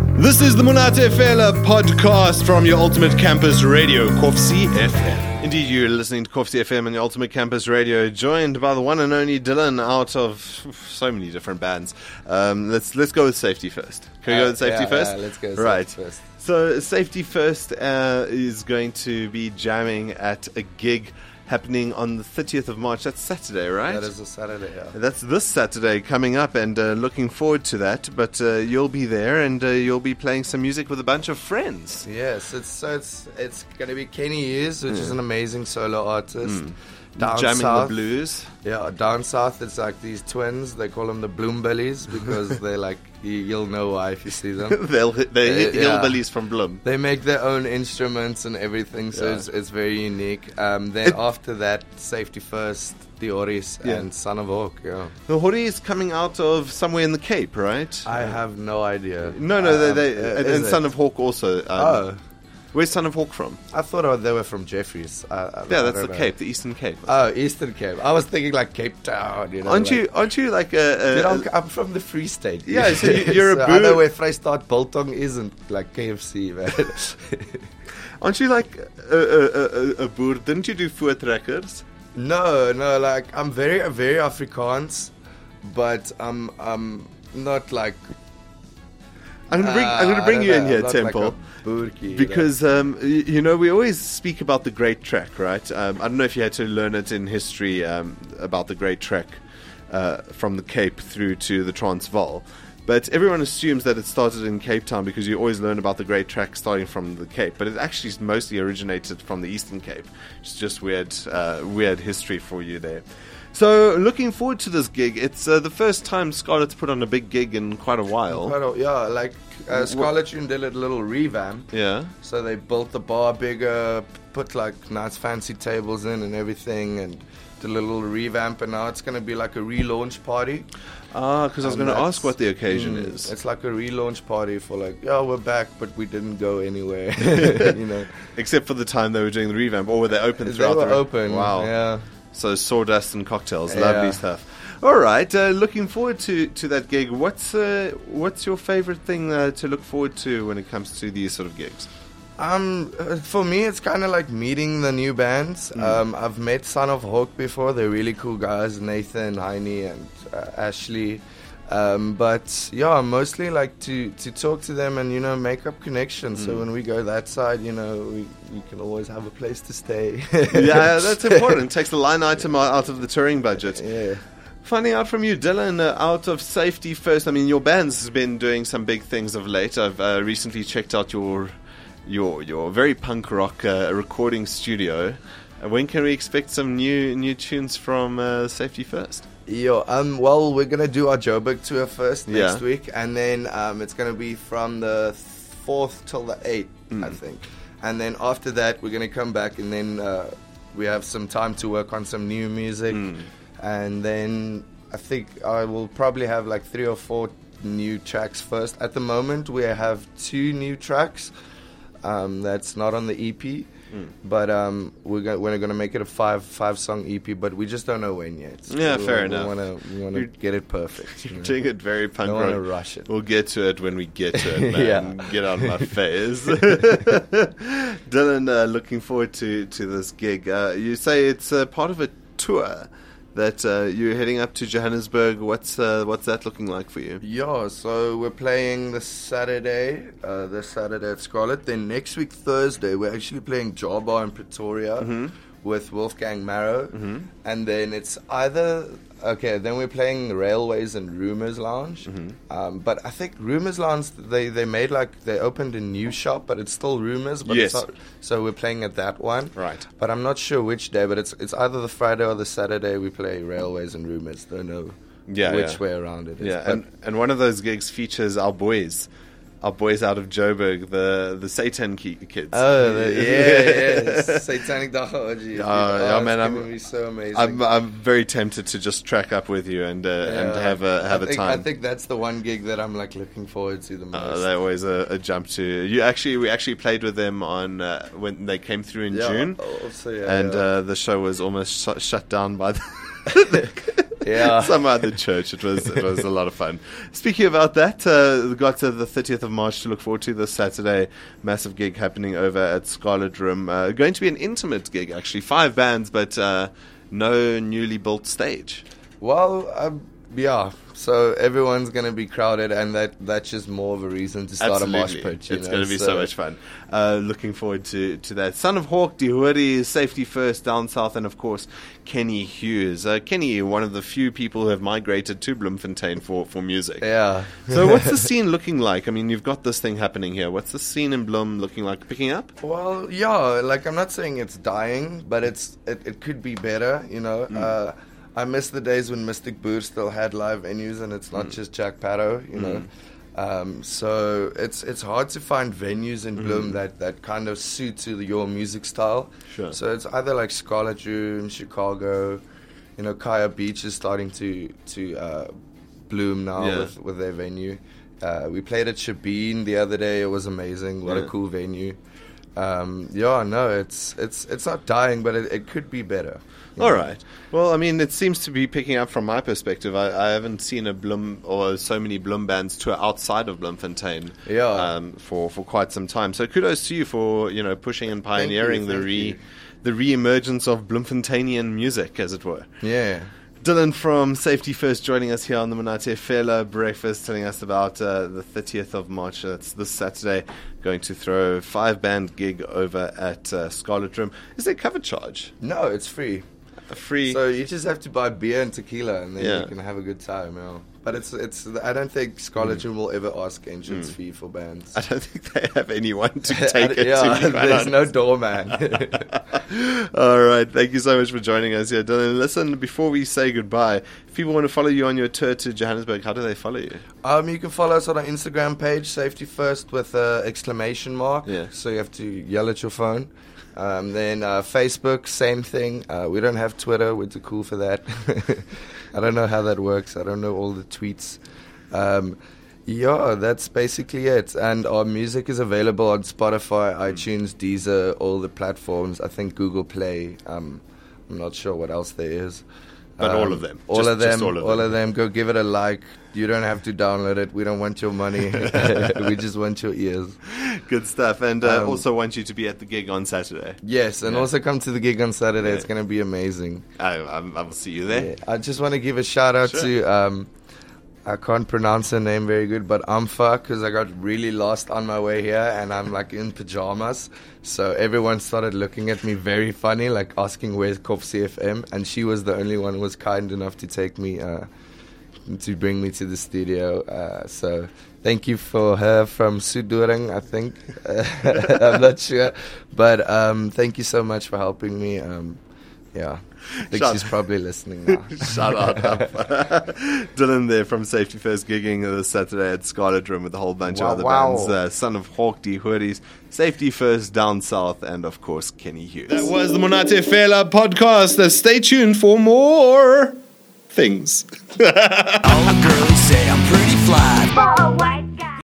This is the Munate Fela podcast from your Ultimate Campus Radio, Kofsi FM. Indeed, you're listening to Kofsi FM and your Ultimate Campus Radio, joined by the one and only Dylan out of so many different bands. Um, let's let's go with safety first. Can we Uh, go with safety yeah, first? yeah, let's go with right. safety first. So safety first uh, is going to be jamming at a gig happening on the 30th of March. That's Saturday, right? That is a Saturday. Yeah. That's this Saturday coming up, and uh, looking forward to that. But uh, you'll be there, and uh, you'll be playing some music with a bunch of friends. Yes, it's so it's it's going to be Kenny Hughes, which is an amazing solo artist. Down Mm. jamming south, the blues. yeah. Down south, it's like these twins. They call them the Bloombellies because they like you, you'll know why if you see them. They'll hit, they Uh, hit yeah. hillbillies from Bloom. They make their own instruments and everything, so Yeah. it's, it's very unique. Um, then after that, Safety First, Dioris, Yeah. and Son of Hawk. Yeah, The Hori is coming out of somewhere in the Cape, right? I have no idea. no, no, they, Um, they, uh, and, is and it? Son of Hawk also. Um, Oh. Where's Son of Hawk from? I thought uh, they were from Jeffries. I, I- I Yeah, that's the don't know. Cape, the Eastern Cape. Oh, Eastern Cape. I was thinking like Cape Town. You know, aren't like- you? Aren't you like a? Dude, a, I'm, I'm from the Free State. dude. Yeah, so you- you're a I know boo- where Freistaat Biltong isn't like KFC, man. aren't you like a, a, a, a, a boer? Didn't you do voortrekkers? no, no, like I'm very, very Afrikaans, but I'm, I'm not like. I'm gonna bring, I'm uh, gonna I bring don't you know, in here, I'm not Temple. Like a boerkie, you know. Because um, y- you know, we always speak about the Great Trek, right? Um, I don't know if you had to learn it in history um, about the Great Trek uh, from the Cape through to the Transvaal, but everyone assumes that it started in Cape Town because you always learn about the Great Trek starting from the Cape, but it actually is mostly originated from the Eastern Cape. It's just weird, uh, weird history for you there. So, looking forward to this gig. It's uh, the first time Scarlett's put on a big gig in quite a while. Quite a- yeah, like uh, Scarlett Tune did a little revamp. Yeah. So they built the bar bigger, p- put like nice fancy tables in and everything, and did a little revamp. And now it's going to be like a relaunch party. Ah, because I was And going to that's- ask what the occasion Mm, is. It's like a relaunch party for like, yeah, we're back, but we didn't go anywhere. you know, Except for the time they were doing the revamp, or were they open they throughout were the open. Wow. Yeah. So sawdust and cocktails, Yeah. lovely stuff. All right, uh, looking forward to, to that gig. What's uh, what's your favorite thing uh, to look forward to when it comes to these sort of gigs? Um, uh, for me, it's kind of like meeting the new bands. Hmm. Um, I've met Son of Hawk before. They're really cool guys, Nathan, Heine, and uh, Ashley. Um, but yeah, mostly like to, to talk to them and you know make up connections. Hmm. So when we go that side, you know we, we can always have a place to stay. yeah, that's important. Takes the line item out out of the touring budget. yeah. Finding out from you, Dylan, uh, out of safety first. I mean, your band's been doing some big things of late. I've uh, recently checked out your your your very punk rock uh, recording studio. Uh, when can we expect some new new tunes from uh, Safety First? Yo, um, well, we're gonna do our Joburg tour first next Yeah. week, and then um, it's gonna be from the fourth till the eighth, I think, and then after that we're gonna come back, and then uh, we have some time to work on some new music, and then I think I will probably have like three or four new tracks first. At the moment, we have two new tracks um, that's not on the EP. Hmm. But um, we're, go- we're gonna make it a five five song EP, but we just don't know when yet. Yeah, fair we enough. Wanna, we want to You're- get it perfect. you know. Doing it very punk Don't rock. wanna rush it. We'll get to it when we get to it, Yeah. man. Get out of my face. Dylan, uh, looking forward to, to this gig. Uh, you say it's uh, part of a tour that uh, you're heading up to Johannesburg. What's uh, what's that looking like for you? Yeah, so we're playing this Saturday, uh, this Saturday at Scarlet. Then next week, Thursday, we're actually playing Java in Pretoria Mm-hmm. with Wolfgang Marrow. And then it's either. Okay, then we're playing Railways and Rumors Lounge. Mm-hmm. Um, but I think Rumors Lounge, they, they made like. They opened a new shop, but it's still Rumors. But Yes. It's not, so we're playing at that one. Right. But I'm not sure which day, but it's, it's either the Friday or the Saturday we play Railways and Rumors. Don't know Yeah, which yeah. way around it is. Yeah, but- and, and one of those gigs features our boys, our boys out of Joburg, the the Satan ki- kids. Oh, the, yeah, yeah. Satanic Dachology. Oh, yeah, man, I'm- going to be so amazing. I'm I'm very tempted to just track up with you and uh, and Yeah. have a have I a think, time. I think that's the one gig that I'm like looking forward to the most. Uh, they're always a, a jump to you. Actually, we actually played with them on uh, when they came through in Yeah, June, also, yeah, and yeah. Uh, the show was almost sh- shut down by the, Yeah. some other church. It was it was a lot of fun. Speaking about that, uh, we've got uh, the 30th of March to look forward to this Saturday. Massive gig happening over at Scarlet Room. Uh, going to be an intimate gig actually, five bands, but uh, no newly built stage. Well, um, yeah. So everyone's going to be crowded, and that that's just more of a reason to start a mosh pit. you It's know, going to be so, much fun. Uh, looking forward to, to that. Son of Hawk, Dihuri, Safety First, Down South, and of course, Kenny Hughes. Uh, Kenny, one of the few people who have migrated to Bloemfontein for, for music. Yeah. So, what's the scene looking like? I mean, you've got this thing happening here. What's the scene in Bloem looking like? Picking up? Well, yeah, like I'm not saying it's dying, but it's it, it could be better, you know. Hmm. Uh, I miss the days when Mystic Booth still had live venues, and it's Hmm. not just Jack Paddo, you know. Um, so it's it's hard to find venues in Bloom that, that kind of suit to your music style. Hmm. Sure. So it's either like Scarlet Room, Chicago, you know, Kaya Beach is starting to to uh, bloom now Yeah. with, with their venue. Uh, we played at Shabin the other day. It was amazing. What Yeah. a cool venue. Um, yeah, no, it's it's it's not dying, but it, it could be better. All right. Well, I mean, it seems to be picking up from my perspective. I, I haven't seen a Bloom or so many Bloom bands tour outside of Bloemfontein Yeah. um, for, for quite some time. So kudos to you for, you know, pushing and pioneering the thank re you. the re-emergence of Bloemfonteinian music, as it were. Yeah. Dylan from Safety First joining us here on the Monate Fellow Breakfast, telling us about uh, the 30th of March. That's this Saturday. Going to throw a five band gig over at uh, Scarlet Room. Is there cover charge? No, it's free. A free. So you just have to buy beer and tequila, and then Yeah. you can have a good time. Yeah. But it's it's. I don't think Scarlet Hmm. Room will ever ask entrance fee for bands. I don't think they have anyone to Hmm. take it yeah, to. be quite there's no honest. doorman. All right. Thank you so much for joining us here, Dylan. Listen, before we say goodbye, if people want to follow you on your tour to Johannesburg, how do they follow you? Um, you can follow us on our Instagram page, Safety First with uh, exclamation mark. Yeah. So you have to yell at your phone. Um, then uh, Facebook, same thing. Uh, we don't have Twitter. We're too cool for that. I don't know how that works. I don't know all the tweets. Um, yeah, that's basically it. And our music is available on Spotify, iTunes, Deezer, all the platforms. I think Google Play. Um, I'm not sure what else there is. But all of them. Um, All Just- of them. just all of all them. of them. Go give it a like. You don't have to download it. We don't want your money. we just want your ears. Good stuff. And uh, Um, also want you to be at the gig on Saturday. Yes, and Yeah. also come to the gig on Saturday. It's Yeah. going to be amazing. I, I, I will see you there. Yeah. I just want to give a shout out Sure. to. Um, I can't pronounce her name very good, but Amfa, because I got really lost on my way here and I'm like in pajamas. So everyone started looking at me very funny, like asking where's Kof CFM. And she was the only one who was kind enough to take me, uh, to bring me to the studio. Uh, so thank you for her from Sudurang, I think. I'm not sure. But um, thank you so much for helping me. Um, yeah. I think Shout- she's probably listening now. Shut up. Dylan there from Safety First gigging this Saturday at Scarlet Room with a whole bunch Wow, of other wow. bands. Uh, Son of Hawk, D Hoodies, Safety First, Down South, and of course, Kenny Hughes. That was the Monate Fela podcast. Uh, stay tuned for more things. All the girls say I'm pretty fly. Far away